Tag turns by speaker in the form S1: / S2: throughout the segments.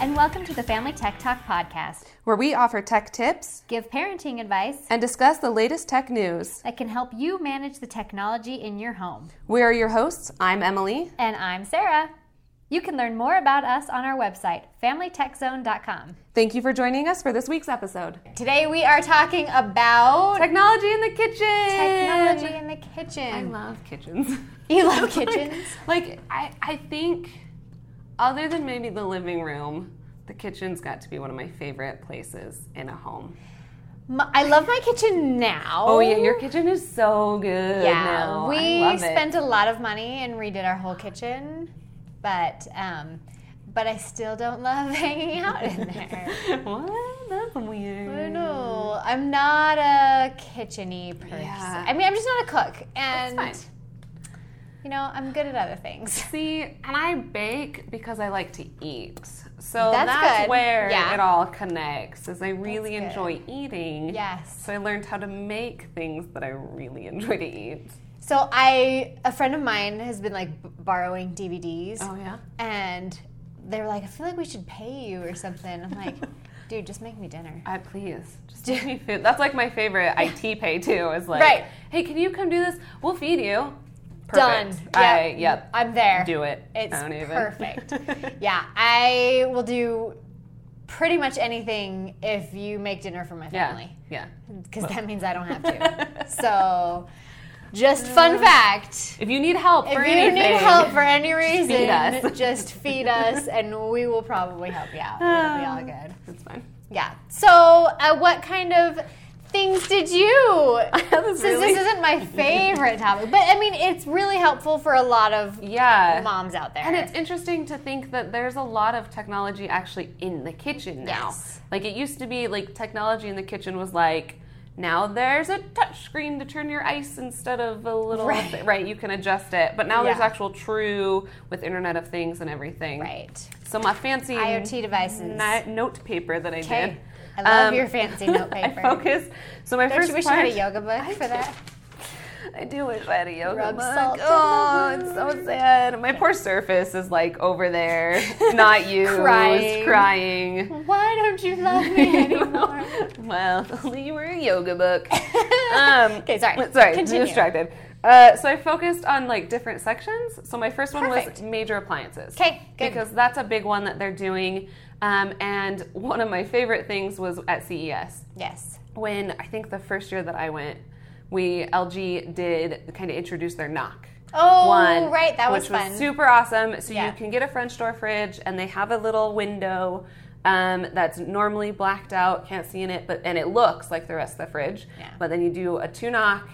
S1: and welcome to the Family Tech Talk podcast.
S2: where we offer tech tips
S1: Give parenting advice
S2: and discuss the latest tech news.
S1: that can help you manage the technology in your home.
S2: We are your hosts. I'm Emily.
S1: And I'm Sarah. You can learn more about us on our website, familytechzone.com.
S2: Thank you for joining us for this week's episode.
S1: Today we are talking about
S2: Technology in the kitchen.
S1: technology in the
S2: I
S1: kitchen.
S2: love kitchens.
S1: You love
S2: Like-
S1: kitchens?
S2: Like, I, I think other than maybe the living room, the kitchen's got to be one of my favorite places in a home.
S1: M- I love my kitchen now.
S2: Oh yeah, your kitchen is so good.
S1: Yeah,
S2: now.
S1: we
S2: I love it.
S1: spent a lot of money and redid our whole kitchen, but um, but I still don't love hanging out in there.
S2: what? That's weird.
S1: I know. I'm not a kitcheny person.
S2: Yeah.
S1: I mean, I'm just not a cook, and
S2: fine.
S1: you know, I'm good at other things.
S2: See, and I bake because I like to eat. So
S1: That's
S2: that's,
S1: good.
S2: where
S1: Yeah.
S2: it all connects. Is I really
S1: That's
S2: enjoy eating.
S1: Yes.
S2: So I learned how to make things that I really enjoy to eat.
S1: So I, a friend of mine has been like b- borrowing DVDs,
S2: yeah.
S1: and they were like, "I feel like we should pay you or something." I'm like, "Dude, just make me dinner."
S2: I please just give me food. That's like my favorite IT pay too. Is like,
S1: Right.
S2: hey, can you come do this? We'll feed you.
S1: Done.
S2: Perfect. I,
S1: Yep.
S2: yep.
S1: I'm there.
S2: Do it.
S1: It's
S2: I don't even.
S1: perfect. yeah, I will do pretty much anything if you make dinner for my
S2: yeah.
S1: family
S2: Yeah.
S1: because that means I don't have to. so, just
S2: Uh,
S1: fun fact.
S2: If you need help
S1: If
S2: for
S1: you
S2: anything,
S1: need help for any reason,
S2: feed us.
S1: just feed us and we will probably help you out. It'll be
S2: Uh.
S1: all good.
S2: it's fine.
S1: Yeah. So, uh, what kind of things did you?
S2: This
S1: Since this isn't my favorite topic, but I mean, it's really helpful for a lot of
S2: yeah.
S1: moms out there.
S2: And it's interesting to think that there's a lot of technology actually in the kitchen now.
S1: Yes.
S2: Like it used to be like technology in the kitchen was like now there's a touch screen to turn your ice instead of a little
S1: Right.
S2: thi- right you can adjust it. But now there's
S1: Yeah.
S2: actual true with internet of things and everything.
S1: right.
S2: So my fancy
S1: IoT devices.
S2: ni- note paper that I
S1: Okay.
S2: did.
S1: I love
S2: um,
S1: your fancy note
S2: I
S1: paper.
S2: focused. So my
S1: Don't
S2: first
S1: you wish you
S2: part,
S1: had a yoga book for that?
S2: I do wish I had a yoga
S1: Rub
S2: mug.
S1: salt in the
S2: oh, it's
S1: wound.
S2: so sad. My poor surface is like over there, not used,
S1: Crying.
S2: crying.
S1: Why don't you love me anymore?
S2: well, if only you were a yoga book. Um,
S1: okay, sorry.
S2: Sorry,
S1: Continue.
S2: distracted. Uh, so I focused on like different sections. So my first one
S1: Perfect.
S2: was major appliances.
S1: 'Kay, good.
S2: Because that's a big one that they're doing. Um, and one of my favorite things was at E CES
S1: Yes.
S2: when I think the first year that I went, we LG did kind of introduce their knock.
S1: Oh,
S2: one,
S1: right, that was
S2: which
S1: fun.
S2: was super awesome. So
S1: Yeah.
S2: you can get a French door fridge, and they have a little window um, that's normally blacked out, can't see in it, but and it looks like the rest of the fridge.
S1: Yeah.
S2: But then you do a two knock,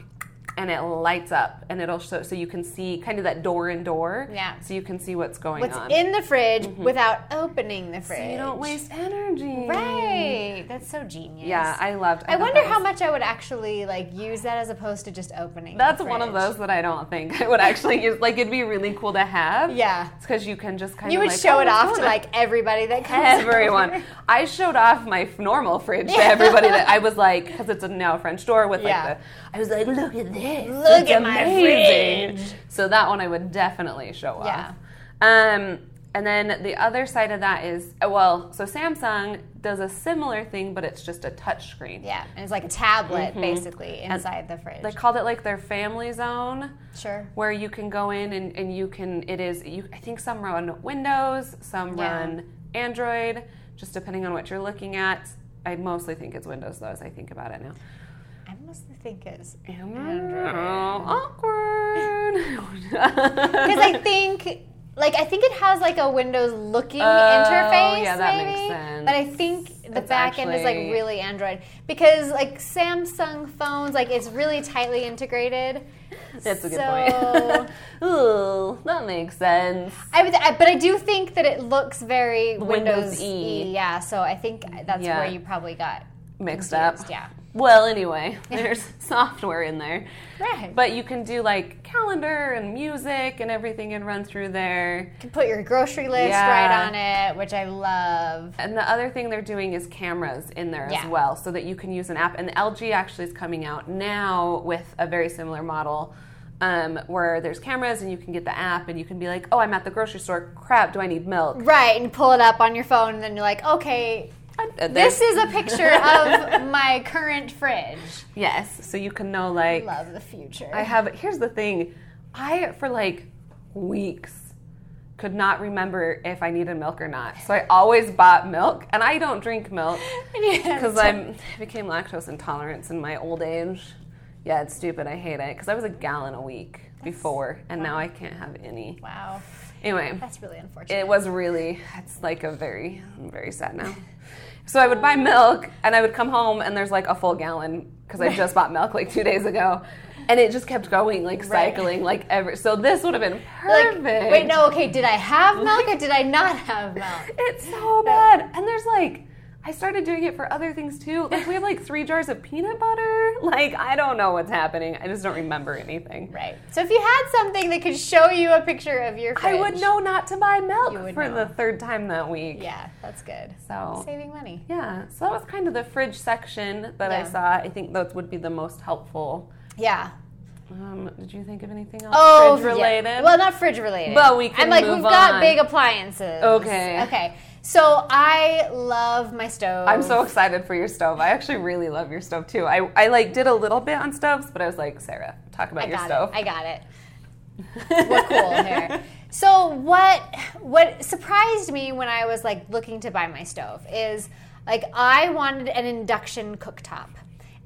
S2: and it lights up, and it'll show so you can see kind of that door in door.
S1: Yeah.
S2: So you can see what's going
S1: What's
S2: on.
S1: in the fridge without opening the fridge?
S2: Mm-hmm. so you don't waste energy.
S1: Right. That's so genius.
S2: Yeah, I loved.
S1: I
S2: thought
S1: wonder
S2: that
S1: how
S2: was-
S1: much I would actually like use that as opposed to just opening. the
S2: That's one of
S1: fridge.
S2: those that I don't think I would actually use. Like, it'd be really cool to have.
S1: Yeah.
S2: It's because you can just kind
S1: You
S2: of.
S1: would
S2: like,
S1: show
S2: oh,
S1: it
S2: what's
S1: off
S2: going
S1: to
S2: on?
S1: like everybody that comes.
S2: Everyone.
S1: over.
S2: I showed off my f- normal fridge to
S1: Yeah.
S2: everybody that I was like, because it's a now French door with like
S1: Yeah.
S2: the. I was like, look at this.
S1: Look
S2: it's
S1: at my
S2: amazing."
S1: fridge.
S2: So that one I would definitely show
S1: Yeah.
S2: off. Um, and then the other side of that is, uh, well, so Samsung does a similar thing, but it's just a touch screen.
S1: Yeah, and it's like a tablet basically inside the fridge.
S2: They called it Mm-hmm. like their family zone.
S1: sure.
S2: where you can go in and, and you can it is you I think some run Windows, some
S1: Yeah.
S2: run Android, just depending on what you're looking at. I mostly think it's Windows though as I think about it now.
S1: I mostly think it's
S2: Oh, awkward.
S1: Because I think, like, I think it has like a Windows looking
S2: Oh,
S1: interface.
S2: yeah, that
S1: maybe,
S2: makes
S1: But I think the
S2: It's
S1: back end is like
S2: actually-
S1: really Android because like Samsung phones, like it's really tightly integrated.
S2: That's a good
S1: So-
S2: point. Ooh, that makes sense.
S1: I, would, I but I do think that it looks very Windows,
S2: Windows
S1: E.
S2: E.
S1: Yeah, so I think that's
S2: Yeah.
S1: where you probably got
S2: Mixed
S1: confused,
S2: up.
S1: Yeah,
S2: Well, anyway, there's software in there.
S1: right. But
S2: But you can do like calendar and music and everything and run through there.
S1: you can put your grocery list
S2: Yeah.
S1: right on it, which I love.
S2: And the other thing they're doing is cameras in there
S1: Yeah.
S2: as well, so that you can use an app. And LG actually is coming out now with a very similar model um, where there's cameras and you can get the app and you can be like, oh, I'm at the grocery store. Crap, do I need milk?
S1: Right, and pull it up on your phone, and then you're like, okay,
S2: Uh,
S1: this
S2: there's-
S1: is a picture of my current fridge.
S2: yes. So you can know like
S1: Love the future.
S2: I have. Here's the thing, I for like weeks could not remember if I needed milk or not. So I always bought milk, and I don't drink milk because I'm I became lactose intolerant in my old age. Yeah, it's stupid. I hate it because I was a gallon a week before, and now I can't have any.
S1: Wow,
S2: Anyway,
S1: that's really unfortunate.
S2: it was really it's like a very i'm very sad now so i would buy milk and i would come home and there's like a full gallon because i just bought milk like two days ago and it just kept going like
S1: Right.
S2: cycling like ever so this would have been
S1: Like,
S2: perfect
S1: wait, no, okay, did I have milk or did I not have milk?
S2: it's so bad and there's like i started doing it for other things too like we have like three jars of peanut butter like i don't know what's happening i just don't remember anything
S1: Right. So if you had something that could show you a picture of your fridge,
S2: i would know not to buy milk
S1: You would
S2: for
S1: know.
S2: the third time that week
S1: Yeah, that's good.
S2: so
S1: Saving money.
S2: Yeah, so that was kind of the fridge section that I
S1: Yeah.
S2: saw. I think those would be the most helpful.
S1: Yeah.
S2: Um, did you think of anything else
S1: Oh,
S2: fridge
S1: yeah.
S2: related?
S1: Well, not fridge related.
S2: But we can
S1: I'm like,
S2: move
S1: we've got
S2: on.
S1: big appliances.
S2: Okay.
S1: Okay. So I love my stove.
S2: I'm so excited for your stove. I actually really love your stove too. I, I like did a little bit on stoves, but I was like, Sarah, talk about
S1: I
S2: your
S1: got
S2: stove.
S1: it. I got it. We're cool here. So what what surprised me when I was like looking to buy my stove is like I wanted an induction cooktop.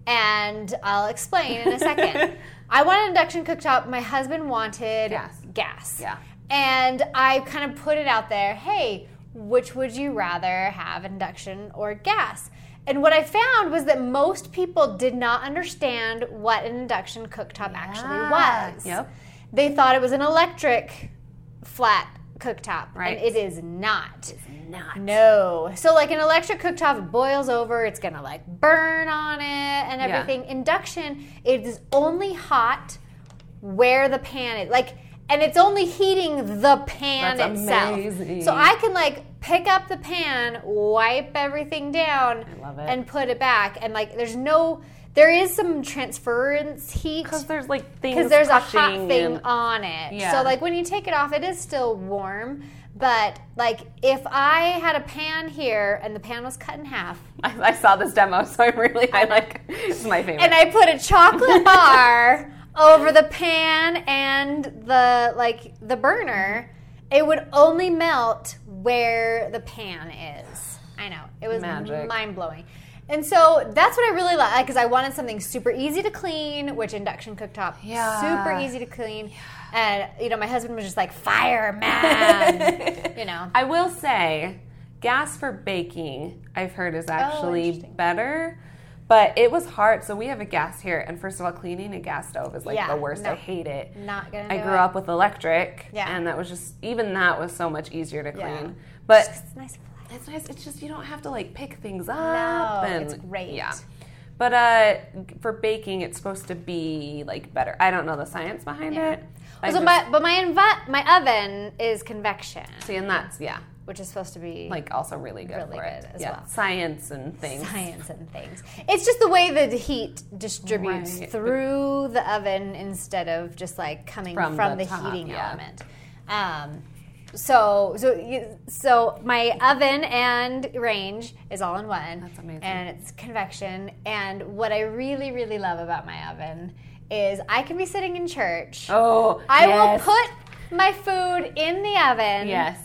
S1: And I'll explain in a second. I wanted an induction cooktop. My husband wanted
S2: Gas.
S1: gas.
S2: Yeah.
S1: And I kind of put it out there, hey, which would you rather have induction or gas? And what I found was that most people did not understand what an induction cooktop actually
S2: Yeah.
S1: was.
S2: Yep.
S1: They thought it was an electric flat cooktop,
S2: Right.
S1: and it is not.
S2: Not.
S1: No. So like an electric cooktop boils over, it's gonna like burn on it and
S2: Yeah.
S1: everything. Induction, it is only hot where the pan is like and it's only heating the pan
S2: That's
S1: itself.
S2: amazing.
S1: So I can like pick up the pan, wipe everything down
S2: I love it.
S1: and put it back. And like there's no there is some transference heat
S2: Because there's like things.
S1: because there's a
S2: crushing
S1: hot thing
S2: and-
S1: on it.
S2: Yeah.
S1: So like when you take it off, it is still warm. But like if I had a pan here and the pan was cut in half,
S2: I, I saw this demo, so I'm really I like. It's my favorite.
S1: and I put a chocolate bar over the pan and the like the burner, it would only melt where the pan is. I know it was
S2: Magic.
S1: mind blowing. And so that's what I really like because I wanted something super easy to clean, which induction cooktop
S2: Yeah.
S1: super easy to clean. And you know, my husband was just like fireman, you know.
S2: I will say, gas for baking, I've heard is actually
S1: Oh, interesting.
S2: better, but it was hard. So we have a gas here, and first of all, cleaning a gas stove is like
S1: Yeah,
S2: the worst.
S1: no.
S2: I hate it.
S1: Not gonna.
S2: I
S1: do
S2: grew
S1: it.
S2: up with electric,
S1: Yeah.
S2: and that was just even that was so much easier to
S1: Yeah.
S2: clean. But
S1: It's nice. and flat.
S2: it's nice. It's just you don't have to like pick things up.
S1: No,
S2: and,
S1: it's great.
S2: Yeah. But uh, for baking, it's supposed to be like better. I don't know the science behind
S1: Yeah.
S2: it. I
S1: so
S2: just-
S1: my, but my inv- my oven is convection.
S2: see, and that's yeah.
S1: which is supposed to be
S2: like also really good
S1: Really
S2: for it.
S1: good as
S2: yeah.
S1: well.
S2: Science and things.
S1: science and things. It's just the way that the heat distributes
S2: Right.
S1: through the oven instead of just like coming from,
S2: From
S1: the,
S2: the top,
S1: heating
S2: yeah.
S1: element. Um, so so you- so my oven and range is all in one.
S2: That's amazing.
S1: And it's convection. And what I really really love about my oven is I can be sitting in church.
S2: Oh,
S1: I
S2: yes.
S1: will put my food in the oven.
S2: Yes.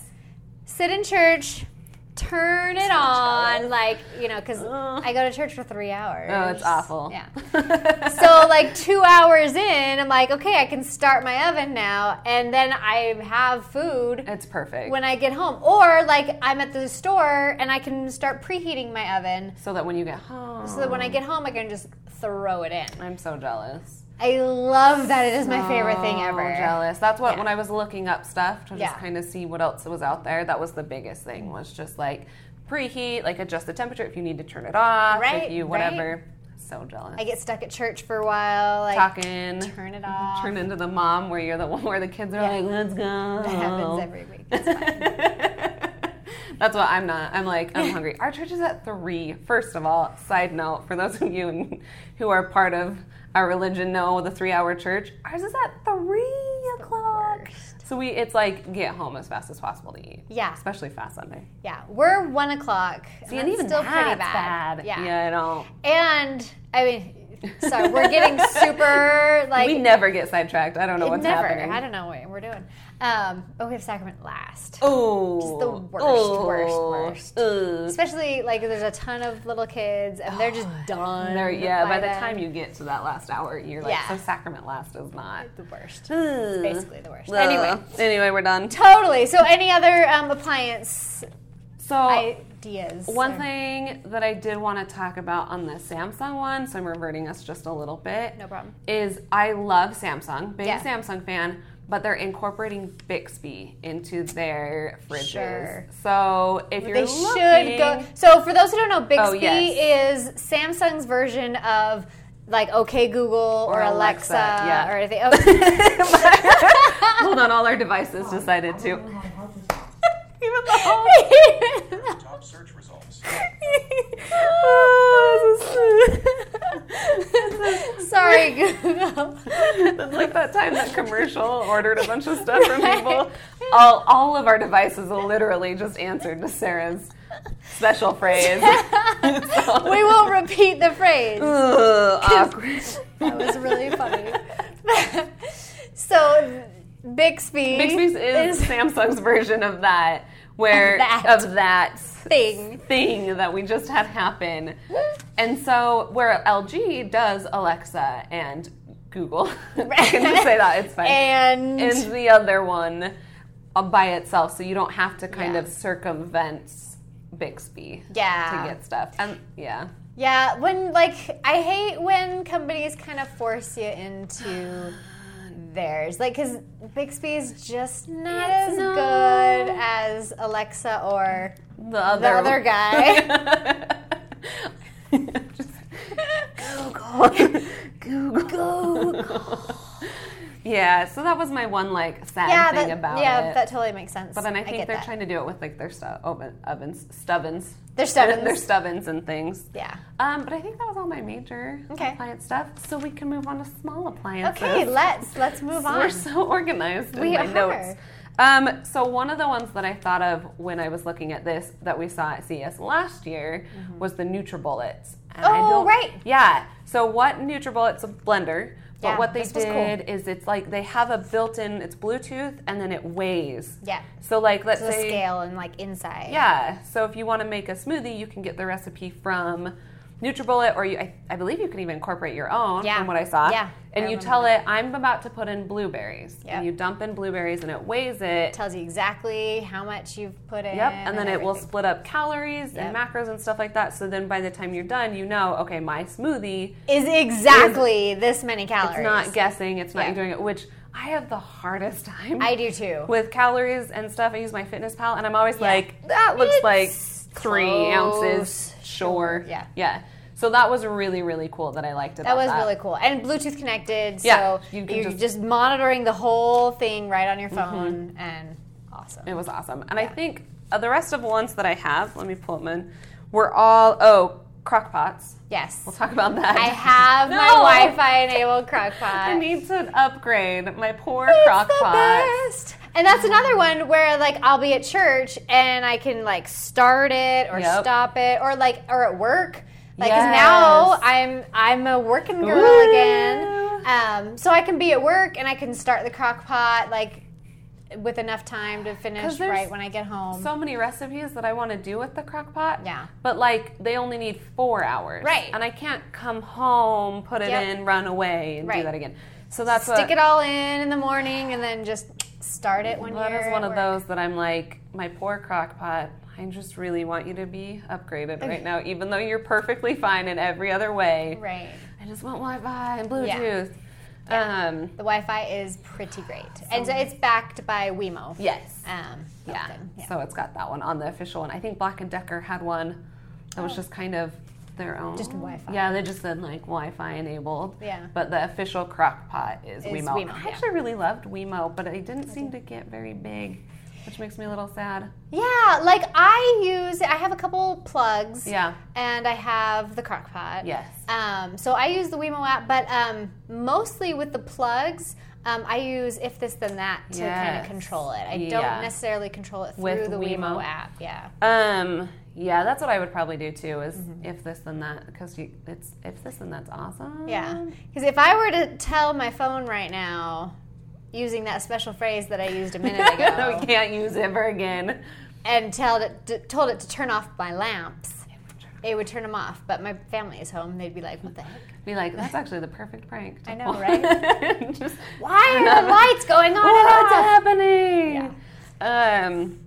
S1: sit in church, turn it on,
S2: jealous.
S1: like you know, because
S2: Ugh.
S1: I go to church for three hours.
S2: Oh, it's awful.
S1: Yeah. So like two hours in, I'm like, okay, I can start my oven now, and then I have food
S2: it's perfect.
S1: when I get home, or like I'm at the store and I can start preheating my oven.
S2: so that when you get home,
S1: So that when I get home, I can just throw it in.
S2: I'm so jealous.
S1: I love that. It is my favorite thing
S2: So
S1: ever.
S2: Oh, Jealous. That's what
S1: Yeah.
S2: when I was looking up stuff to just
S1: Yeah.
S2: kind of see what else was out there. That was the biggest thing. Was just like preheat, like adjust the temperature if you need to turn it off,
S1: Right,
S2: if you
S1: right.
S2: whatever. So jealous.
S1: I get stuck at church for a while. Like,
S2: Talking.
S1: turn it off.
S2: Turn into the mom where you're the one where the kids are
S1: Yeah.
S2: like, let's go.
S1: That happens every week. It's fine.
S2: That's what I'm not. I'm like, I'm hungry. Our church is at three, first of all, side note, for those of you who are part of our religion know the three hour church. Ours is at three o'clock. So we, it's like get home as fast as possible to eat.
S1: Yeah.
S2: Especially fast Sunday.
S1: Yeah, we're one o'clock.
S2: See,
S1: and
S2: and
S1: that's
S2: even
S1: still
S2: that's
S1: pretty bad. Yeah.
S2: Yeah, I don't.
S1: and I mean, sorry, we're getting super like
S2: we never get sidetracked. I don't know what's
S1: never.
S2: happening.
S1: I don't know what we're doing. Um, oh, we have sacrament last,
S2: Oh,
S1: Just the worst, worst, worst.
S2: Ugh.
S1: especially like there's a ton of little kids and they're just done.
S2: There- yeah, by, the
S1: then.
S2: time you get to that last hour, you're like,
S1: Yeah.
S2: so sacrament last is not.
S1: the worst,
S2: Ugh.
S1: basically the worst.
S2: Ugh.
S1: Anyway,
S2: anyway, we're done.
S1: totally. So any other um, appliance
S2: So
S1: ideas?
S2: one
S1: or-
S2: thing that I did want to talk about on the Samsung one, so I'm reverting us just a little bit.
S1: No problem.
S2: Is I love Samsung, big
S1: Yeah.
S2: Samsung fan, but they're incorporating Bixby into their fridges.
S1: Sure.
S2: So if you're
S1: They
S2: looking,
S1: should go. So, for those who don't know, Bixby
S2: Oh,
S1: is
S2: yes.
S1: Samsung's version of like OK Google or,
S2: Or
S1: Alexa,
S2: Alexa, yeah.
S1: or anything. Oh.
S2: Hold on, all our devices decided to. Even the
S3: Top search results.
S1: Sorry, Google.
S2: It's like that time that commercial ordered a bunch of stuff from people. All, all of our devices literally just answered to Sarah's special phrase.
S1: we will repeat the phrase.
S2: Ugh, awkward.
S1: That was really funny. so, Bixby,
S2: Bixby's is Samsung's version of that, where
S1: Of that.
S2: of that
S1: thing.
S2: thing that we just had happen. And so, where LG does Alexa and Google, I can just say that it's fine.
S1: And,
S2: and the other one uh, by itself, so you don't have to kind
S1: Yeah.
S2: of circumvent Bixby
S1: yeah,
S2: to get stuff. And yeah,
S1: Yeah, when like I hate when companies kind of force you into theirs, like because Bixby's just not
S2: It's
S1: as
S2: not-
S1: good as Alexa or
S2: the other
S1: other
S2: guy. Just Google, Google, yeah, so that was my one like sad
S1: yeah,
S2: thing
S1: that,
S2: about
S1: yeah,
S2: it.
S1: that totally makes sense.
S2: but then I think
S1: get
S2: they're
S1: that.
S2: trying to do it with like their stu- oven, ovens, stubbins,
S1: They're stubbins.
S2: their stubbins and things.
S1: yeah.
S2: Um, but I think that was all my major
S1: Okay.
S2: appliance stuff. So we can move on to small appliances.
S1: Okay, let's let's move on.
S2: We're so organized in
S1: We
S2: my
S1: are.
S2: notes. Um, so one of the ones that I thought of when I was looking at this that we saw at CES last year was the NutriBullets. And I
S1: Mm-hmm. Oh,
S2: don't-
S1: right.
S2: Yeah. So what NutriBullet's a blender, but
S1: Yeah,
S2: what they
S1: this was cool.
S2: did is it's like they have a built-in, it's Bluetooth, and then it weighs.
S1: yeah,
S2: So like let's
S1: so the
S2: say
S1: scale and like inside.
S2: yeah. So if you want to make a smoothie, you can get the recipe from NutriBullet, or you, I, I believe you can even incorporate your own.
S1: Yeah.
S2: From what I saw.
S1: Yeah, I
S2: And you
S1: remember
S2: tell it, I'm about to put in blueberries,
S1: Yep.
S2: and you dump in blueberries, and it weighs it.
S1: tells you exactly how much you've put in.
S2: Yep, and then it will
S1: everything.
S2: split up calories
S1: Yep.
S2: and macros and stuff like that. So then by the time you're done, you know, okay, my smoothie,
S1: is exactly this many calories.
S2: it's not guessing, it's not
S1: Yeah.
S2: you doing it, which I have the hardest time
S1: I do too.
S2: with calories and stuff. I use my fitness pal, and I'm always
S1: Yeah.
S2: like, that looks
S1: It's
S2: like three ounces.
S1: close.
S2: Sure.
S1: Yeah.
S2: Yeah. So that was really, really cool that I liked about
S1: That
S2: that.
S1: was really cool. And Bluetooth connected,
S2: Yeah,
S1: so
S2: you
S1: you
S2: can
S1: are
S2: just-
S1: just, monitoring the whole thing right on your phone, and awesome.
S2: It was awesome. And I think uh, the rest of the ones that I have, let me pull them in, were all, oh, crock pots.
S1: Yes.
S2: We'll talk about that.
S1: I have my
S2: No.
S1: Wi-Fi enabled crockpot.
S2: I need to upgrade my poor
S1: It's
S2: crock
S1: the
S2: pot.
S1: best. And that's another one where like I'll be at church and I can like start it or
S2: Yep.
S1: stop it or like or at work. Like 'cause now
S2: Yes.
S1: I'm I'm a working girl
S2: Ooh.
S1: again. Um, so I can be at work and I can start the crock pot like with enough time to
S2: 'Cause
S1: finish
S2: there's
S1: right when I get home.
S2: So many recipes that I want to do with the crock pot.
S1: Yeah.
S2: But like they only need four hours.
S1: Right.
S2: And I can't come home, put it
S1: Yep.
S2: in, run away, and do
S1: Right.
S2: that again. So that's
S1: Stick
S2: what,
S1: it all in in the morning and then just start it when
S2: That
S1: you're
S2: is
S1: at
S2: one of
S1: work.
S2: those that I'm like, my poor crock pot. I just really want you to be upgraded right now, even though you're perfectly fine in every other way.
S1: Right.
S2: I just want Wi-Fi and Bluetooth. Um,
S1: The Wi-Fi is pretty great, and so it's backed by Wemo.
S2: yes.
S1: Um,
S2: Yeah.
S1: something. yeah.
S2: So it's got that one on the official one. I think Black and Decker had one that was just kind of their own.
S1: Oh. Just Wi-Fi.
S2: Yeah, they just said like Wi-Fi enabled.
S1: Yeah.
S2: But the official crock pot is,
S1: Is
S2: Wemo.
S1: Wemo,
S2: I
S1: yeah.
S2: actually really loved Wemo, but it didn't seem to get very big. which makes me a little sad.
S1: Yeah, like I use I have a couple plugs.
S2: Yeah.
S1: And I have the crock pot.
S2: Yes.
S1: Um, so I use the Wemo app, but um, mostly with the plugs, um, I use if this then that to kind
S2: Yes.
S1: of control it. I
S2: Yeah.
S1: don't necessarily control it through
S2: With
S1: the Wemo.
S2: Wemo.
S1: app. Yeah.
S2: Um, yeah, that's what I would probably do too. Is
S1: Mm-hmm.
S2: if this then that because you it's if this then that's awesome.
S1: Yeah. Because if I were to tell my phone right now using that special phrase that I used a minute
S2: no, we
S1: ago
S2: can't use it ever again.
S1: and tell it to, told it to turn off my lamps, it would turn them off. But my family is home. They'd be like, what the heck?
S2: Be like, that's actually the perfect prank. to
S1: I know,
S2: pull." Just,
S1: Why are the lights going on? and
S2: what's
S1: off?
S2: happening? Um,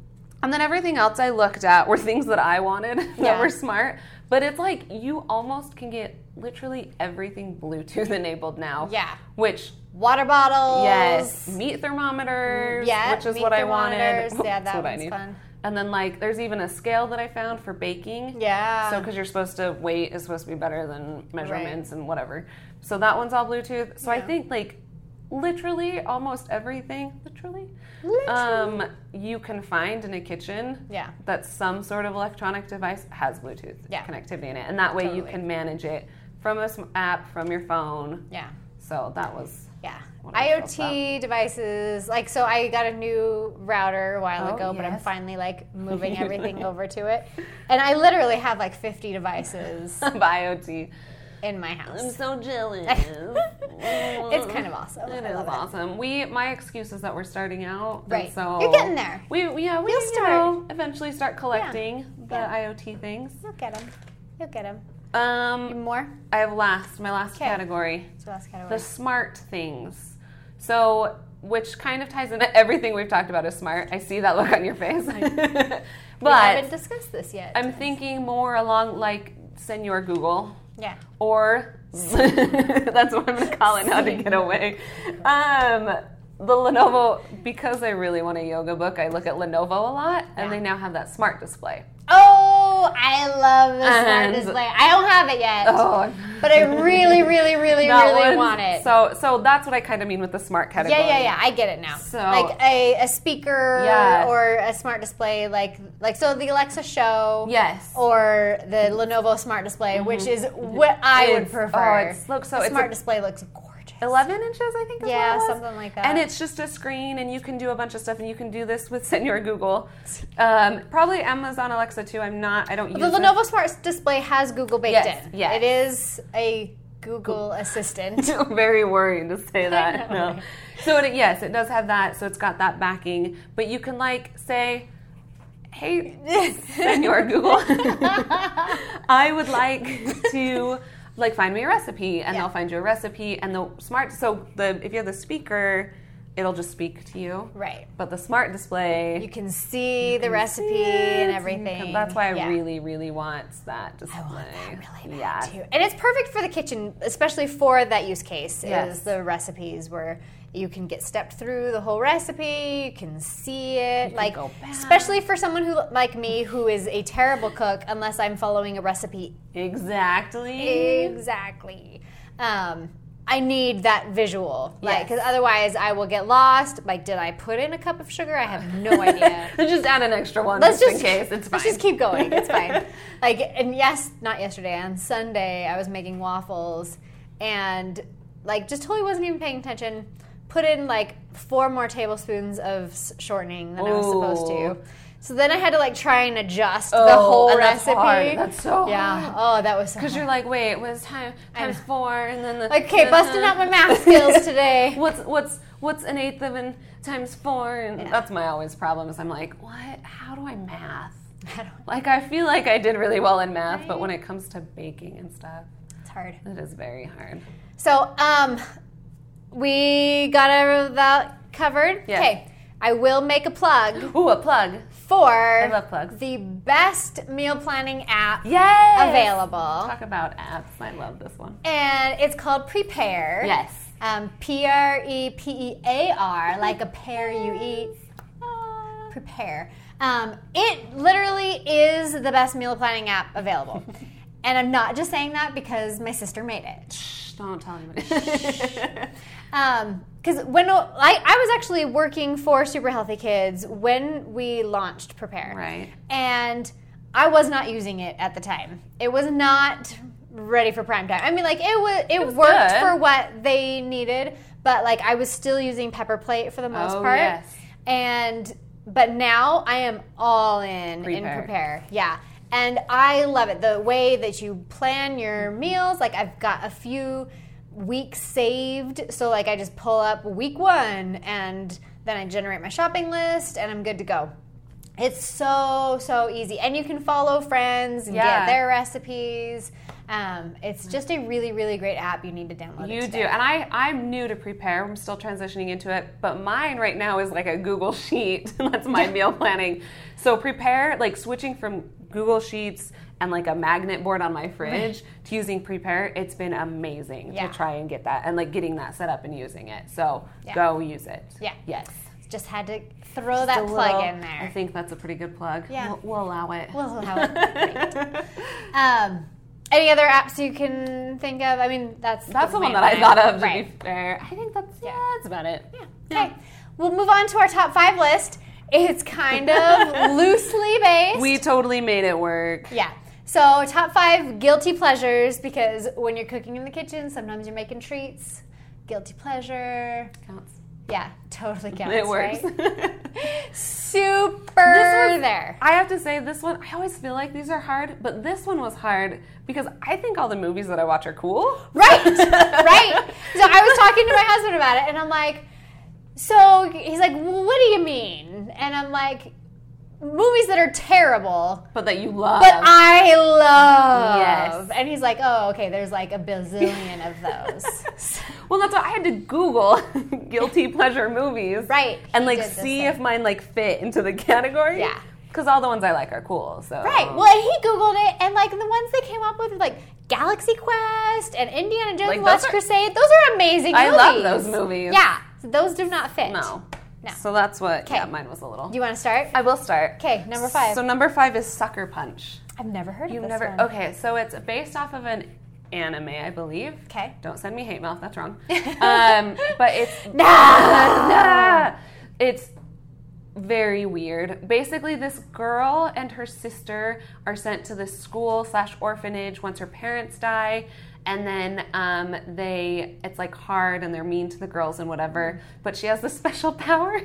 S2: and then everything else I looked at were things that I wanted that
S1: Yeah.
S2: were smart. But it's like you almost can get literally everything Bluetooth enabled now.
S1: Yeah.
S2: Which
S1: Water bottles.
S2: yes, meat thermometers.
S1: Yeah,
S2: Which is
S1: meat
S2: what I wanted.
S1: thermometers. Yeah,
S2: That's
S1: that
S2: what I
S1: one's
S2: need.
S1: fun.
S2: And then like there's even a scale that I found for baking.
S1: Yeah.
S2: So, because you're supposed to, weight is supposed to be better than measurements and whatever. So, that one's all Bluetooth. So, I
S1: Yeah.
S2: think like literally almost everything, literally,
S1: Literally.
S2: um, you can find in a kitchen
S1: Yeah.
S2: that some sort of electronic device has Bluetooth
S1: Yeah.
S2: connectivity in it. And that way you
S1: Totally.
S2: can manage it from a sm- app, from your phone.
S1: yeah.
S2: So, that was.
S1: Yeah.
S2: What else
S1: IoT devices, like, so I got a new router a while
S2: Oh,
S1: ago, but I'm
S2: yes.
S1: finally like moving everything over to it. And I literally have like 50 devices
S2: Of IoT.
S1: in my house.
S2: so jealous.
S1: it's kind of awesome.
S2: It
S1: I
S2: is
S1: love it.
S2: awesome. We my excuse is that we're starting out, and
S1: Right.
S2: so
S1: You're getting there.
S2: We we- yeah we
S1: You'll
S2: you
S1: start.
S2: know, eventually start collecting the
S1: Yeah.
S2: IoT things.
S1: You'll get them. You'll get them.
S2: Um,
S1: More?
S2: I have last my last
S1: Okay.
S2: category
S1: So that's kind of
S2: the smart things. So which kind of ties into everything we've talked about is smart. I see that look on your face,
S1: We haven't
S2: but
S1: discussed this yet.
S2: I'm thinking more along like Senor Google
S1: Yeah.
S2: or that's what I'm gonna call it now to get away. Um, the Lenovo because I really want a yoga book. I look at Lenovo a lot, and
S1: Yeah.
S2: they now have that smart display.
S1: Oh, I love the
S2: And-
S1: smart display. I don't have it yet.
S2: Oh,
S1: But I really, really, really,
S2: that
S1: really
S2: one.
S1: want it.
S2: So, so that's what I kind of mean with the smart category.
S1: yeah, yeah, yeah. I get it now.
S2: So-
S1: like a, a speaker
S2: Yeah.
S1: or a smart display, like like so the Alexa Show
S2: Yes. Mm-hmm.
S1: or the Lenovo Smart Display, which is what I would
S2: It's- oh,
S1: prefer.
S2: it's- look, so
S1: The
S2: it's a-
S1: smart display looks gorgeous.
S2: 11 inches, I think. Is
S1: Yeah,
S2: what it was.
S1: something like that.
S2: And it's just a screen, and you can do a bunch of stuff, and you can do this with Senor Google, um, probably Amazon Alexa too. I'm not. I don't use
S1: the
S2: it.
S1: Lenovo Smart Display has Google baked
S2: Yes,
S1: in.
S2: yes.
S1: It is a Google Assistant.
S2: I'm very worried to say that.
S1: know,
S2: No.
S1: right?
S2: So it, yes, it does have that. So it's got that backing, but you can like say, "Hey, Senor Google, I would like to like find me a recipe," and
S1: Yeah.
S2: they'll find you a recipe. And the smart, so the if you have the speaker, it'll just speak to you.
S1: Right.
S2: But the smart display.
S1: You can see the recipe
S2: Yes,
S1: and
S2: you can-
S1: everything.
S2: That's why I
S1: Yeah.
S2: really, really want that display.
S1: I want that really bad
S2: yeah.
S1: too. And it's perfect for the kitchen, especially for that use case.
S2: Yes.
S1: Is the recipes where you can get stepped through the whole recipe, you can see it, like
S2: go back.
S1: especially for someone who like me who is a terrible cook unless I'm following a recipe
S2: Exactly.
S1: exactly. Um, I need that visual, like
S2: Yes.
S1: because otherwise I will get lost. Like, did I put in a cup of sugar? I have no idea.
S2: Let's just add an extra one
S1: Let's
S2: just,
S1: just
S2: in case. It's fine.
S1: Let's just keep going. It's fine. like and yes, not yesterday. On Sunday, I was making waffles, and like just totally wasn't even paying attention. Put in like four more tablespoons of s- shortening than I was supposed
S2: Ooh.
S1: to. So then I had to like try and adjust the
S2: Oh,
S1: whole
S2: and that's
S1: recipe.
S2: hard. That's so
S1: yeah. Oh, that was so.
S2: Because
S1: hard.
S2: you're like, wait, what's time times four, and then the,
S1: okay, busting
S2: uh-huh.
S1: out my math skills today.
S2: what's what's what's an eighth of an times four? And that's my always problem is I'm like, what? How do I math?
S1: I don't-
S2: Like I feel like I did really well in math, but when it comes to baking and stuff,
S1: It's hard.
S2: it is very hard.
S1: So, um, we got all of that covered.
S2: Yes.
S1: Okay. I will make a plug.
S2: Ooh, a plug.
S1: for
S2: I love plugs.
S1: the best meal planning app
S2: Yes.
S1: available.
S2: Talk about apps. I love this one.
S1: And it's called Prepare.
S2: Yes.
S1: Um, P R E P E A R, like a pear you eat. Prepare. Um, it literally is the best meal planning app available. and I'm not just saying that because my sister made it.
S2: Shh, don't tell anybody.
S1: Um, Because when I, I was actually working for Super Healthy Kids when we launched Prepare.
S2: Right.
S1: And I was not using it at the time. It was not ready for prime time. I mean, like, it, was, it,
S2: was
S1: worked
S2: good.
S1: for what they needed, but, like, I was still using Pepper Plate for the most
S2: Oh,
S1: part.
S2: yes.
S1: And, but now I am all in in
S2: Prepare.
S1: Prepare. Yeah. And I love it. The way that you plan your meals, like, I've got a few weeks saved. So like I just pull up week one and then I generate my shopping list and I'm good to go. It's so so easy, and you can follow friends and
S2: Yeah.
S1: get their recipes. Um, it's just a really really great app. You need to download. it
S2: You do,
S1: today.
S2: and I I'm new to prepare. I'm still transitioning into it, but mine right now is like a Google sheet. That's my meal planning. So prepare, like switching from Google Sheets and like a magnet board on my fridge to using prepare. It's been amazing
S1: Yeah.
S2: to try and get that and like getting that set up and using it. So
S1: Yeah.
S2: go use it.
S1: Yeah.
S2: Yes.
S1: Just had to throw that
S2: A
S1: plug
S2: little-
S1: in there.
S2: I think that's a pretty good plug.
S1: Yeah.
S2: We'll, we'll allow it.
S1: We'll allow it. um, any other apps you can think of? I mean, that's
S2: that's the one
S1: main
S2: that I thought of. To
S1: Right.
S2: be fair, I think that's yeah. That's about it.
S1: Okay, we'll move on to our top five list. It's kind of loosely based.
S2: We totally made it work.
S1: yeah. So, top five guilty pleasures because when you're cooking in the kitchen, sometimes you're making treats. Guilty pleasure.
S2: Counts.
S1: Yeah, totally counts.
S2: it works.
S1: right?
S2: This
S1: Super
S2: was-
S1: there.
S2: I have to say, this one, I always feel like these are hard, but this one was hard because I think all the movies that I watch are cool.
S1: Right, right. So I was talking to my husband about it, and I'm like, so he's like, well, what do you mean? And I'm like, movies that are terrible,
S2: But that you love.
S1: but um, I love.
S2: Yes.
S1: And he's like, oh, okay, there's like a bazillion of those.
S2: well, that's why I had to Google guilty pleasure movies.
S1: Right,
S2: And
S1: he
S2: like
S1: did the
S2: see
S1: same.
S2: if mine like fit into the category.
S1: Yeah.
S2: Because all the ones I like are cool. So
S1: right. Well, and he Googled it, and like the ones they came up with, like Galaxy Quest and Indiana Jones
S2: Like,
S1: and
S2: those
S1: Last
S2: are-
S1: Crusade, those are amazing
S2: I
S1: movies.
S2: love those movies.
S1: Yeah, so those do not fit.
S2: No.
S1: No.
S2: So that's what, yeah,
S1: Okay.
S2: mine was a little.
S1: Do you want to start?
S2: I will start.
S1: Okay, number five.
S2: So number five is Sucker Punch.
S1: I've never heard
S2: You've
S1: of this
S2: never
S1: one.
S2: okay, so it's based off of an anime, I believe.
S1: Okay.
S2: Don't send me hate mail if that's wrong. um, but it's
S1: No.
S2: Nah. it's very weird. Basically, this girl and her sister are sent to this school slash orphanage once her parents die, and then um, they it's like hard and they're mean to the girls and whatever.
S1: Mm.
S2: But she has this special power.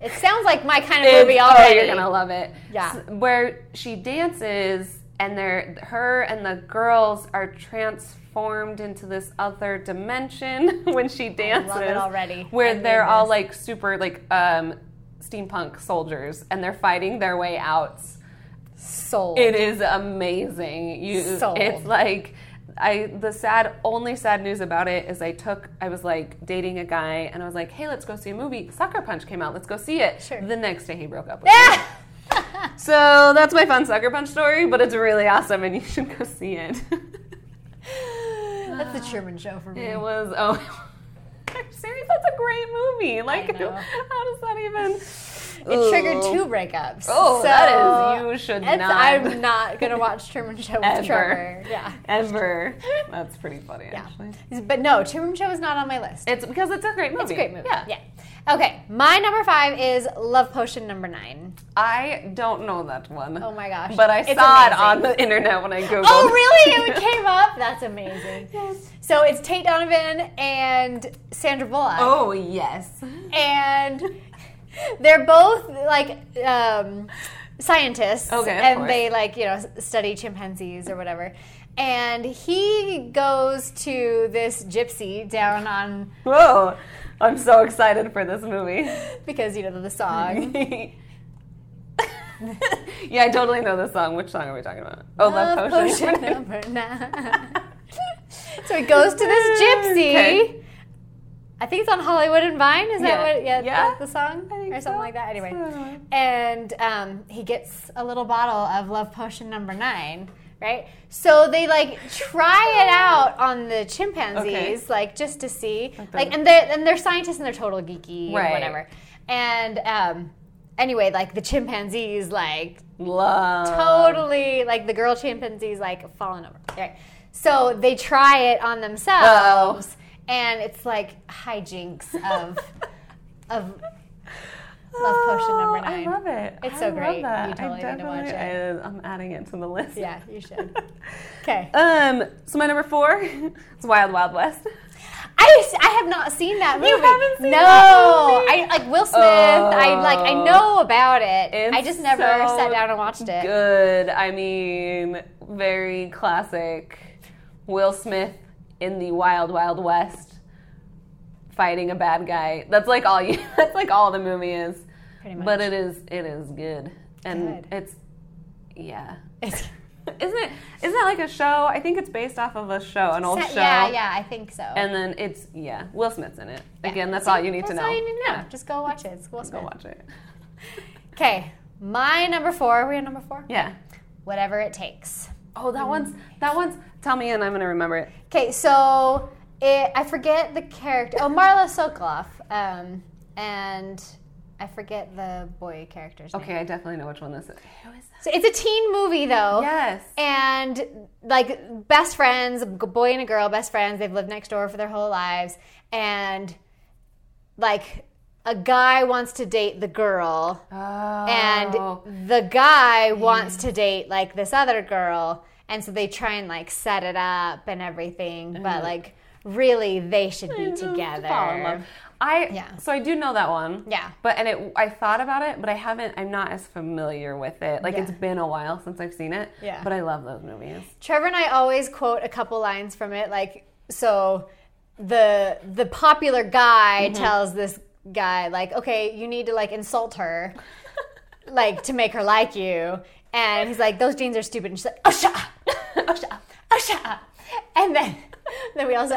S1: It sounds like my kind of
S2: It's-
S1: movie
S2: oh,
S1: already.
S2: you're gonna love it.
S1: Yeah.
S2: S- where she dances, and they're her and the girls are transformed into this other dimension when she dances.
S1: already. I
S2: Where
S1: need
S2: they're all
S1: this.
S2: like super like um, steampunk soldiers, and they're fighting their way out.
S1: Sold.
S2: It is amazing. You,
S1: Sold.
S2: it's like. I the sad only sad news about it is I took I was like dating a guy and I was like hey let's go see a movie Sucker Punch came out let's go see it
S1: Sure.
S2: the next day he broke up with me. So that's my fun sucker punch story, but it's really awesome and you should go see it.
S1: That's the Truman Show for me.
S2: it was oh seriously, that's a great movie. Like
S1: know.
S2: how does that even
S1: It triggered
S2: Ugh.
S1: two breakups.
S2: Oh,
S1: so
S2: that is you should
S1: that's-
S2: not
S1: I'm not gonna watch Truman Show with
S2: Ever.
S1: Trevor. Yeah.
S2: ever. That's pretty funny actually.
S1: Yeah. But no, Truman Show is not on my list.
S2: It's because it's a great movie.
S1: It's a great movie.
S2: Yeah.
S1: Yeah. Okay, my number five is Love Potion number nine.
S2: I don't know that one.
S1: Oh my gosh.
S2: But I
S1: It's
S2: saw it
S1: amazing.
S2: on the internet when I googled.
S1: Oh, really? It came up? That's amazing. So it's Tate Donovan and Sandra Bullock.
S2: Oh yes.
S1: and they're both like um, scientists,
S2: Okay, of
S1: and
S2: course.
S1: they like you know s- study chimpanzees or whatever. And he goes to this gypsy down on
S2: Whoa. I'm so excited for this movie.
S1: because you know the song.
S2: yeah, I totally know this song. Which song are we talking about? Oh, Love, Potion.
S1: number nine. so he goes to this gypsy.
S2: Okay.
S1: I think it's on Hollywood and Vine. Is
S2: Yeah.
S1: that what? Yeah,
S2: Yeah.
S1: that's the song
S2: I think
S1: or something
S2: so.
S1: like that. Anyway,
S2: So-
S1: and um, he gets a little bottle of Love Potion Number Nine. Right, so they like try it out on the chimpanzees, like just to see, like, and they and they're scientists and they're total geeky and
S2: Right.
S1: whatever. And um, anyway, like the chimpanzees like
S2: Love.
S1: totally like the girl chimpanzee's like falling over. Right. So they try it on themselves and it's like hijinks of of love potion number nine.
S2: Oh, I love it.
S1: It's
S2: I
S1: so
S2: love
S1: great.
S2: That.
S1: You totally
S2: I
S1: need to watch it.
S2: definitely- I, I'm adding it to the list.
S1: Yeah, you should. Okay,
S2: Um. So my number four is Wild Wild West.
S1: I, I have not seen that movie.
S2: You haven't seen
S1: no,
S2: that movie?
S1: I like Will Smith. I like I
S2: Oh.
S1: know about it. I
S2: It's
S1: just never
S2: so
S1: sat down and watched it.
S2: Good. I mean, very classic. Will Smith in the Wild Wild West fighting a bad guy. That's like all you. That's like all the movie is.
S1: Pretty much.
S2: But it is. It is good. And
S1: Good.
S2: it's. Yeah.
S1: It's-
S2: Isn't it? Isn't that like a show? I think it's based off of a show, an old show.
S1: yeah, yeah, I think so.
S2: And then it's yeah, Will Smith's in it.
S1: Yeah.
S2: Again, that's
S1: See,
S2: all you need to know.
S1: That's all you need to know. Just go watch it. It's Will
S2: Go
S1: Smith.
S2: watch it.
S1: Okay, my number four. Are we on number four?
S2: Yeah.
S1: Whatever it takes.
S2: Oh,
S1: Mm.
S2: that one's that one's. Tell me, and I'm gonna remember it.
S1: Okay, so it, I forget the character. Oh, Marla Sokoloff. Um, and I forget the boy character's name.
S2: Okay, I definitely know which one this is. Who is that?
S1: So it's a teen movie, though.
S2: Yes.
S1: And like best friends, a g- boy and a girl, best friends. They've lived next door for their whole lives, and like a guy wants to date the girl,
S2: Oh.
S1: and the guy wants to date like this other girl, and so they try and like set it up and everything, but like really they should be together.
S2: Uh-huh. Fall in love. I
S1: Yeah.
S2: So I do know that one.
S1: Yeah.
S2: But and it, I thought about it, but I haven't. I'm not as familiar with it. Like
S1: Yeah.
S2: it's been a while since I've seen it.
S1: Yeah.
S2: But I love those movies.
S1: Trevor and I always quote a couple lines from it, like so the the popular guy
S2: Mm-hmm.
S1: tells this guy like, okay, you need to like insult her, like to make her like you, and he's like, those jeans are stupid, and she's like, oh shut up, oh shut up, oh shut up, and then then we also,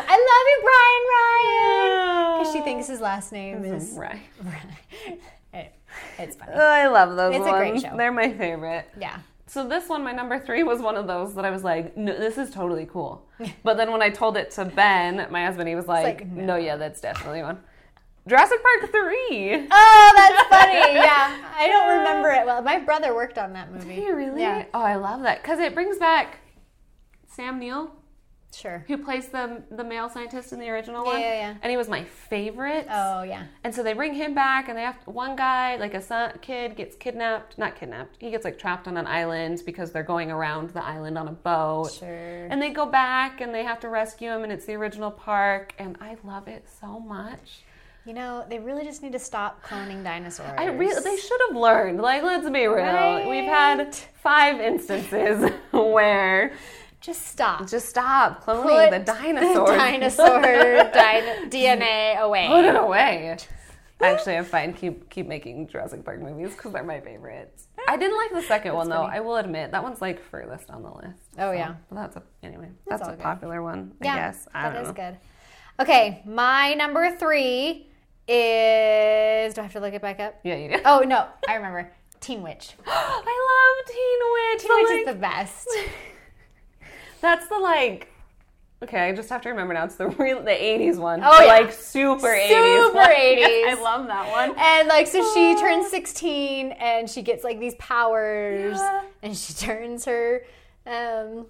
S1: I love you, Brian Ryan, because she thinks his last name is
S2: Right.
S1: Ryan. It- it's funny,
S2: Oh, I love those
S1: It's a
S2: ones.
S1: great show.
S2: They're my favorite.
S1: yeah.
S2: So this one, my number three, was one of those that I was like, no, this is totally cool. But then when I told it to Ben, my husband, he was like,
S1: like,
S2: no.
S1: no.
S2: yeah, that's definitely one. Jurassic Park 3.
S1: Oh, that's funny. Yeah, I don't remember it well. My brother worked on that movie.
S2: Hey, really?
S1: Yeah.
S2: Oh, I love that. Because it brings back Sam Neill,
S1: Sure.
S2: who plays the, the male scientist in the original
S1: Yeah,
S2: one.
S1: yeah, yeah.
S2: And he was my favorite.
S1: Oh yeah.
S2: And so they bring him back, and they have one guy, like a son, kid, gets kidnapped. Not kidnapped. He gets like trapped on an island because they're going around the island on a boat.
S1: Sure.
S2: And they go back, and they have to rescue him, and it's the original park, and I love it so much.
S1: You know, they really just need to stop cloning dinosaurs.
S2: I really, they should have learned. Like, let's be real. We've had five instances where
S1: just stop.
S2: just stop cloning
S1: Put
S2: the dinosaurs. Oh,
S1: dinosaur din- DNA
S2: Put
S1: away.
S2: it away. Actually, I'm fine. Keep keep making Jurassic Park movies because they're my favorites. I didn't like the second one though.
S1: funny.
S2: I will admit that one's like furthest on the list.
S1: Oh, yeah.
S2: but that's a anyway. That's,
S1: all
S2: a
S1: good.
S2: popular one. I guess. I
S1: that
S2: don't
S1: is
S2: know.
S1: good. Okay, my number three is. Do I have to look it back up?
S2: Yeah, you do.
S1: Oh no, I remember. Teen Witch.
S2: I love Teen Witch.
S1: Teen Witch
S2: but,
S1: is the
S2: like,
S1: best.
S2: That's the like. Okay, I just have to remember now. It's the real the '80s one.
S1: Oh,
S2: The,
S1: yeah.
S2: like super '80s.
S1: Super
S2: one.
S1: 80s.
S2: I love that one.
S1: And like, so she turns 16 and she gets like these powers
S2: Yeah.
S1: and she turns her um,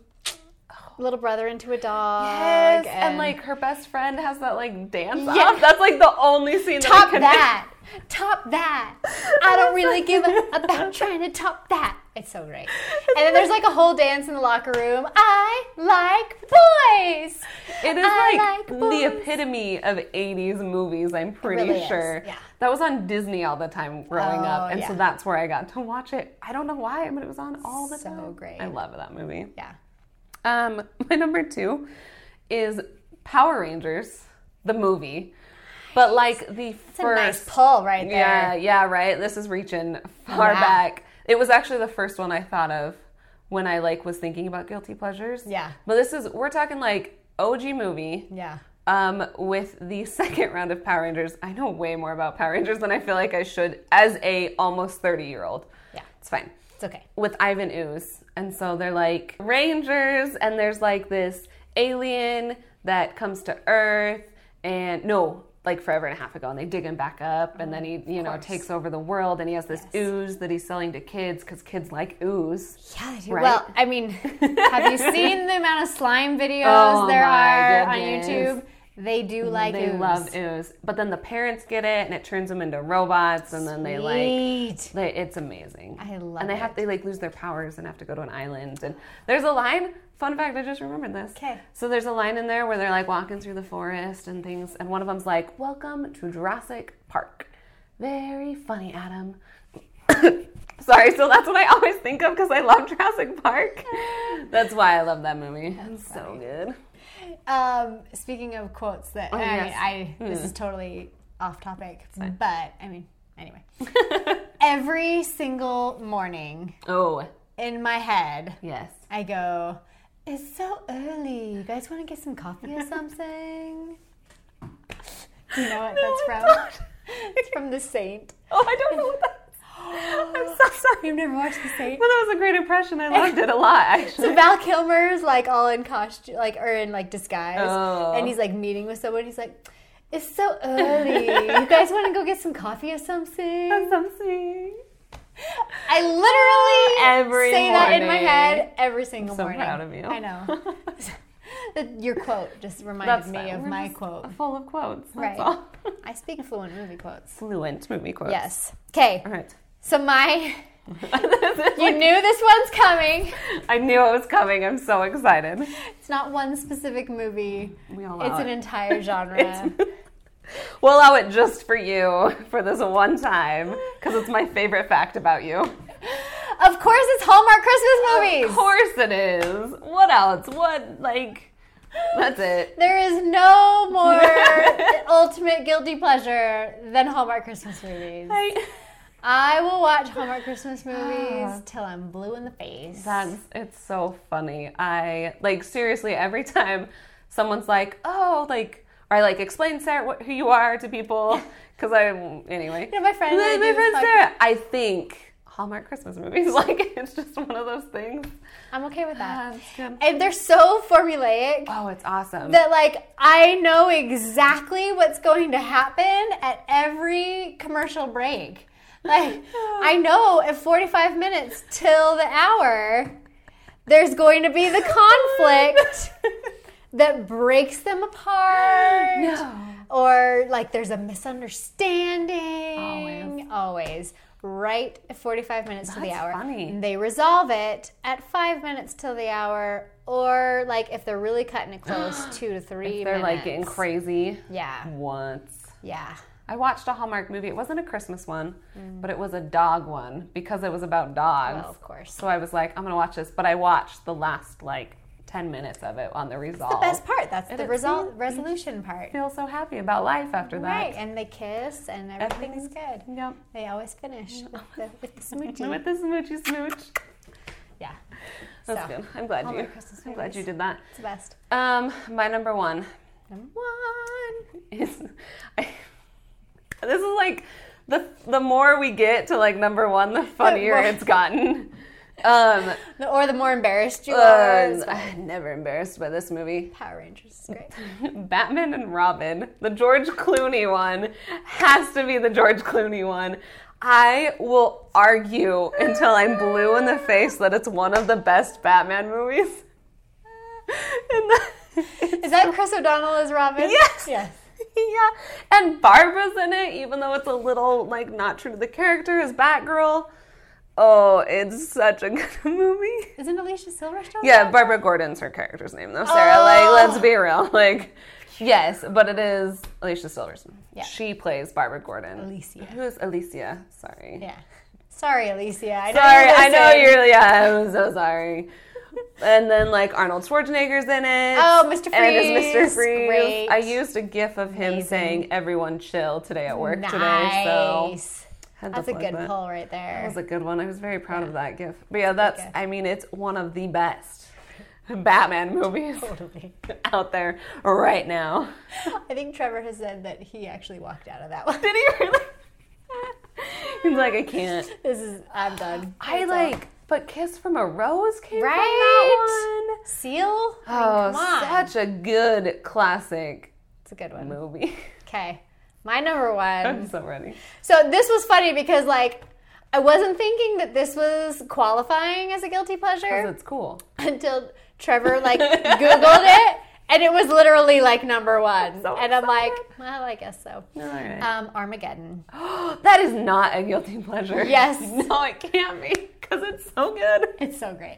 S1: little brother into a dog.
S2: Yes, and like her best friend has that like dance
S1: Yeah.
S2: off. That's like the only scene that I
S1: top
S2: can
S1: that. Top that. I don't really give a about trying to top that. It's so great. And then there's like a whole dance in the locker room. I like boys.
S2: It is
S1: I
S2: like,
S1: like
S2: the
S1: boys.
S2: epitome of 80s movies, I'm pretty
S1: really is,
S2: sure.
S1: yeah.
S2: That was on Disney all the time growing up,
S1: Oh,
S2: and so
S1: yeah.
S2: that's where I got to watch it. I don't know why, but it was on all the
S1: So
S2: time.
S1: great.
S2: I love that movie.
S1: Yeah.
S2: Um, my number 2 is Power Rangers the movie. But like the
S1: It's a nice
S2: first
S1: pull right there.
S2: yeah, yeah, right. This is reaching far
S1: Yeah.
S2: back. It was actually the first one I thought of when I like was thinking about guilty pleasures.
S1: Yeah.
S2: But this is we're talking like OG movie.
S1: Yeah.
S2: Um, with the second round of Power Rangers, I know way more about Power Rangers than I feel like I should as a almost thirty year old.
S1: Yeah.
S2: It's fine
S1: It's okay.
S2: with Ivan Ooze. And so they're like rangers, and there's like this alien that comes to Earth, and no, like forever and a half ago, and they dig him back up, and then he, you know, takes over the world, and he has this ooze that he's selling to kids because kids like ooze.
S1: Yeah, they do.
S2: Right?
S1: Well, I mean, have you seen the amount of slime videos
S2: Oh
S1: there
S2: my
S1: are
S2: goodness. Mm,
S1: on YouTube? They do like
S2: they
S1: ooze.
S2: love ooze. But then the parents get it and it turns them into robots and then they like
S1: Sweet.
S2: they, it's amazing.
S1: I love
S2: And they have
S1: it.
S2: they like lose their powers and have to go to an island and there's a line fun fact I just remembered this.
S1: 'Kay.
S2: So there's a line in there where they're like walking through the forest and things and one of them's like, "Welcome to Jurassic Park." Very funny, Adam. Sorry, so that's what I always think of because I love Jurassic Park. That's why I love that movie. it's so good.
S1: Um, speaking of quotes, that I
S2: Oh, yes. Hmm.
S1: mean, I this is totally off topic, but I mean, anyway. Every single morning
S2: Oh,
S1: in my head,
S2: yes.
S1: I go, "It's so early. You guys want to get some coffee or something?" Do you know what
S2: I
S1: that's from? It's from The Saint.
S2: Oh, I don't know what that is. I'm so sorry.
S1: You've never watched The Saint?
S2: But that was a great impression. I loved it a lot,
S1: So
S2: actually.
S1: Val Kilmer's like all in costume, like or in like disguise,
S2: Oh.
S1: and he's like meeting with someone. He's like, "It's so early. you guys want to go get some coffee or something?"
S2: something.
S1: I literally
S2: Every
S1: say that in my
S2: morning.
S1: head every single
S2: so
S1: morning.
S2: proud of you.
S1: I know. That- Your quote just reminded
S2: That's
S1: me
S2: fine.
S1: of
S2: We're
S1: my
S2: just
S1: quote.
S2: Full of quotes.
S1: Right.
S2: That's all.
S1: I speak fluent movie quotes.
S2: Fluent movie quotes.
S1: Yes. Okay.
S2: All right.
S1: So my, you knew this one's coming.
S2: I knew it was coming. I'm so excited.
S1: It's not one specific movie.
S2: We all
S1: It's
S2: allow
S1: an
S2: it.
S1: entire genre.
S2: It's- we'll allow it just for you for this one time because it's my favorite fact about you.
S1: Of course, it's Hallmark Christmas movies.
S2: Of course it is. What else? What like? That's it.
S1: There is no more ultimate guilty pleasure than Hallmark Christmas movies.
S2: I-
S1: I will watch Hallmark Christmas movies till I'm blue in the face.
S2: That's it's so funny. I like seriously every time someone's like, "Oh, like," or I like explain Sarah what, who you are to people because I anyway.
S1: You know, my friend
S2: My-
S1: and I do
S2: my
S1: this
S2: friend
S1: podcast.
S2: Sarah. I think Hallmark Christmas movies. Like it's just one of those things.
S1: I'm okay with
S2: Ah,
S1: that.
S2: it's good.
S1: And they're so formulaic
S2: Oh, it's awesome.
S1: that like I know exactly what's going to happen at every commercial break. Like I know at 45 minutes till the hour there's going to be the conflict that breaks them apart.
S2: no.
S1: Or like there's a misunderstanding. Always. Right at 45 minutes to the
S2: That's
S1: hour.
S2: funny.
S1: And They resolve it at five minutes till the hour, or like if they're really cutting it close, two to three
S2: They're
S1: minutes.
S2: like getting crazy.
S1: Yeah.
S2: Once.
S1: Yeah.
S2: I watched a Hallmark movie. It wasn't a Christmas one, but it was a dog one because it was about dogs.
S1: Mm. Well, of course.
S2: So I was like, I'm gonna watch this, but I watched the last like ten minutes of it on the resolve.
S1: The best part. That's the
S2: is.
S1: resol- resolution part.
S2: I feel so happy about life after that.
S1: Right. And they kiss and everything's good.
S2: Yep.
S1: They always finish with the, with the
S2: And
S1: smoochie.
S2: with the smoochy smooch.
S1: yeah.
S2: That's
S1: So,
S2: good. I'm glad you.
S1: Hallmark Christmas
S2: I'm glad
S1: movies.
S2: you did that.
S1: It's the best.
S2: Um, my number one
S1: Number one.
S2: is. I, this is like the the more we get to like number one, the funnier
S1: more-
S2: it's gotten. Um,
S1: The- Or the more embarrassed you are.
S2: Uh, I'm never embarrassed by this movie.
S1: Um, Power Rangers is great.
S2: Batman and Robin, the George Clooney one, has to be the George Clooney one. I will argue until I'm blue in the face that it's one of the best Batman movies. And the-
S1: Is that Chris O'Donnell as Robin?
S2: Yes.
S1: Yes.
S2: yeah, and Barbara's in it, even though it's a little like not true to the character as Batgirl. Oh, it's such a good movie.
S1: Isn't Alicia Silverstone?
S2: Yeah, Barbara Gordon's her character's name though, Sarah. Like,
S1: Oh.
S2: let's be real. Like, yes, but it is Alicia Silverstone.
S1: Yeah.
S2: She plays Barbara Gordon.
S1: Alicia.
S2: Who is Alicia? Sorry.
S1: Yeah. Sorry, Alicia. I know
S2: Sorry,
S1: you're
S2: I know
S1: listening.
S2: you're. Yeah, I'm so sorry. and then like Arnold Schwarzenegger's in it.
S1: Oh, Mr.
S2: And it's Mr.
S1: Freeze.
S2: Freeze.
S1: Great.
S2: I used a GIF of him
S1: Amazing.
S2: saying "Everyone chill" today at work today. So
S1: Nice.
S2: had to
S1: That's a
S2: plug
S1: good
S2: that.
S1: pull right
S2: That
S1: there.
S2: was a good one. I was very proud of that GIF. But yeah, that's.
S1: GIF.
S2: I mean, it's one of the best Batman movies
S1: Totally.
S2: out there right now.
S1: I think Trevor has said that he actually walked out of that one.
S2: Did he really? He's like, I can't.
S1: This is I'm done.
S2: I
S1: That's all.
S2: like, but "Kiss from a Rose" came
S1: Right?
S2: from that one.
S1: Seal.
S2: Oh,
S1: come on.
S2: such a good classic
S1: It's a good one.
S2: movie.
S1: Okay. My number one.
S2: I'm so ready.
S1: So this was funny because like I wasn't thinking that this was qualifying as a guilty pleasure.
S2: Because it's cool.
S1: until Trevor like Googled it and it was literally like number one.
S2: So
S1: and I'm like,
S2: excited.
S1: well, I guess so.
S2: All right.
S1: Um, Armageddon.
S2: that is not a guilty pleasure.
S1: Yes.
S2: No, it can't be because it's so good.
S1: It's so great.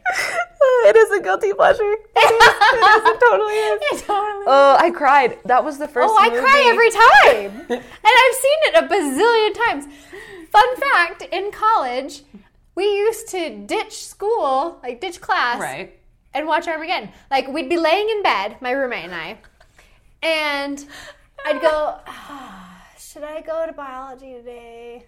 S2: it is a guilty pleasure. It is. It is. It totally is.
S1: It totally
S2: Oh, I cried. That was the first.
S1: Oh, I
S2: movie.
S1: cry every time. and I've seen it a bazillion times. Fun fact in college, we used to ditch school, like ditch class,
S2: Right.
S1: and watch Armageddon. Like, we'd be laying in bed, my roommate and I, and I'd go, "Ah, Should I go to biology today?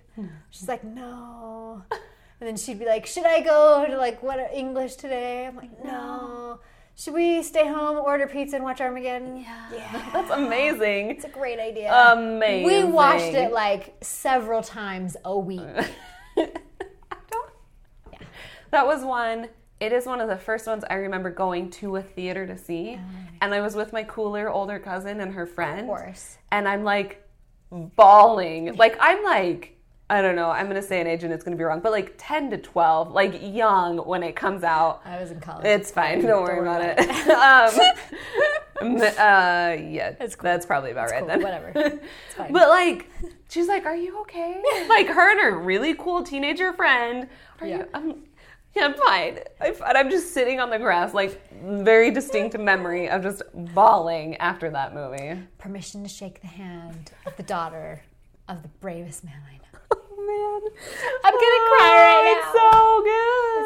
S1: She's like, No. And then she'd be like, Should I go to like what English today? I'm like, No. Should we stay home, order pizza, and watch Armageddon? Yeah.
S2: That's amazing.
S1: It's a great idea.
S2: Amazing.
S1: We watched it like several times a week.
S2: That was one. It is one of the first ones I remember going to a theater to see.
S1: Oh.
S2: And I was with my cooler older cousin and her friend. Of
S1: course.
S2: And I'm like bawling. Like I'm like I don't know, I'm gonna say an age and it's gonna be wrong, but like ten to twelve, like young when it comes out.
S1: I was in college.
S2: It's fine. Don't worry
S1: worry
S2: about it. um, uh, yeah,
S1: It's cool.
S2: that's probably about right
S1: cool.
S2: then.
S1: Whatever. It's fine.
S2: But like, she's like, "Are you okay?" Like her and her really cool teenager friend. Are
S1: Yeah.
S2: you? I'm, yeah, I'm fine. I'm fine. I'm just sitting on the grass, like very distinct memory of just bawling after that movie.
S1: Permission to shake the hand of the daughter of the bravest man I know.
S2: Oh man,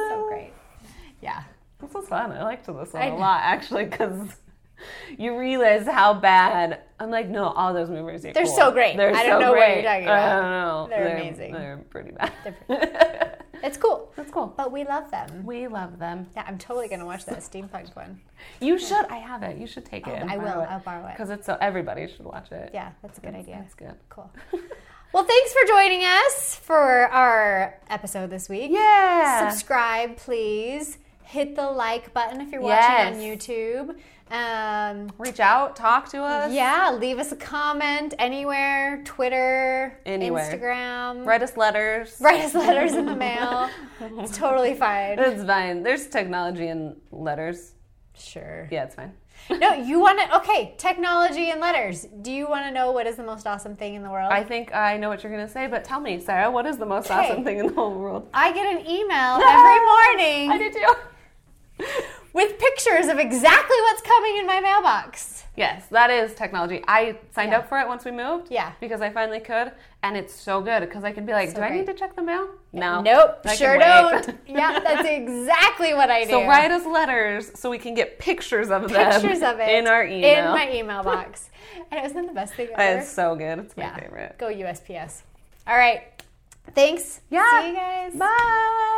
S1: I'm gonna cry right now. Oh,
S2: It's so good.
S1: So great. Yeah.
S2: This was fun. I liked this one
S1: I
S2: a
S1: know.
S2: lot actually because you realize how bad. I'm like, no, all those movies are
S1: They're
S2: cool.
S1: so great.
S2: They're
S1: I
S2: so
S1: don't know what
S2: great.
S1: you're talking
S2: I
S1: about.
S2: don't know.
S1: They're amazing.
S2: They're pretty bad.
S1: It's cool.
S2: That's cool.
S1: But we love them.
S2: We love them.
S1: Yeah, I'm totally gonna watch that steampunk one.
S2: You should. I have it. You should take it.
S1: Oh, I will. I'll borrow it.
S2: Because it's so everybody should watch it.
S1: Yeah, that's a good idea.
S2: It's good.
S1: Cool. Well, thanks for joining us for our episode this week.
S2: Yeah.
S1: subscribe please hit the like button if you're
S2: Yes.
S1: watching on youtube um,
S2: Reach out. Talk to us.
S1: yeah leave us a comment anywhere twitter
S2: Anywhere.
S1: instagram
S2: Write us letters.
S1: write us letters in the mail it's totally fine
S2: It's fine. There's technology in letters.
S1: sure
S2: Yeah, it's fine.
S1: no you want to okay technology and letters do you want to know what is the most awesome thing in the world
S2: I think I know what you're gonna say, but tell me, Sarah, what is the most
S1: Okay.
S2: awesome thing in the whole world?
S1: I get an email every
S2: I
S1: morning
S2: did too.
S1: with pictures of exactly what's coming in my mailbox.
S2: Yes, that is technology. I signed
S1: Yeah.
S2: up for it once we moved.
S1: Yeah.
S2: Because I finally could, and it's so good because I can be like,
S1: So
S2: do I
S1: great.
S2: need to check the mail? No.
S1: Nope,
S2: I Oh, can
S1: sure
S2: wait."
S1: don't. yeah, that's exactly what I do.
S2: So write us letters so we can get pictures of them.
S1: pictures of it
S2: in our email.
S1: in my email box. and isn't that the best thing ever?
S2: It's so good. It's my favorite.
S1: Go USPS. All right. Thanks.
S2: Yeah.
S1: See you guys.
S2: Bye.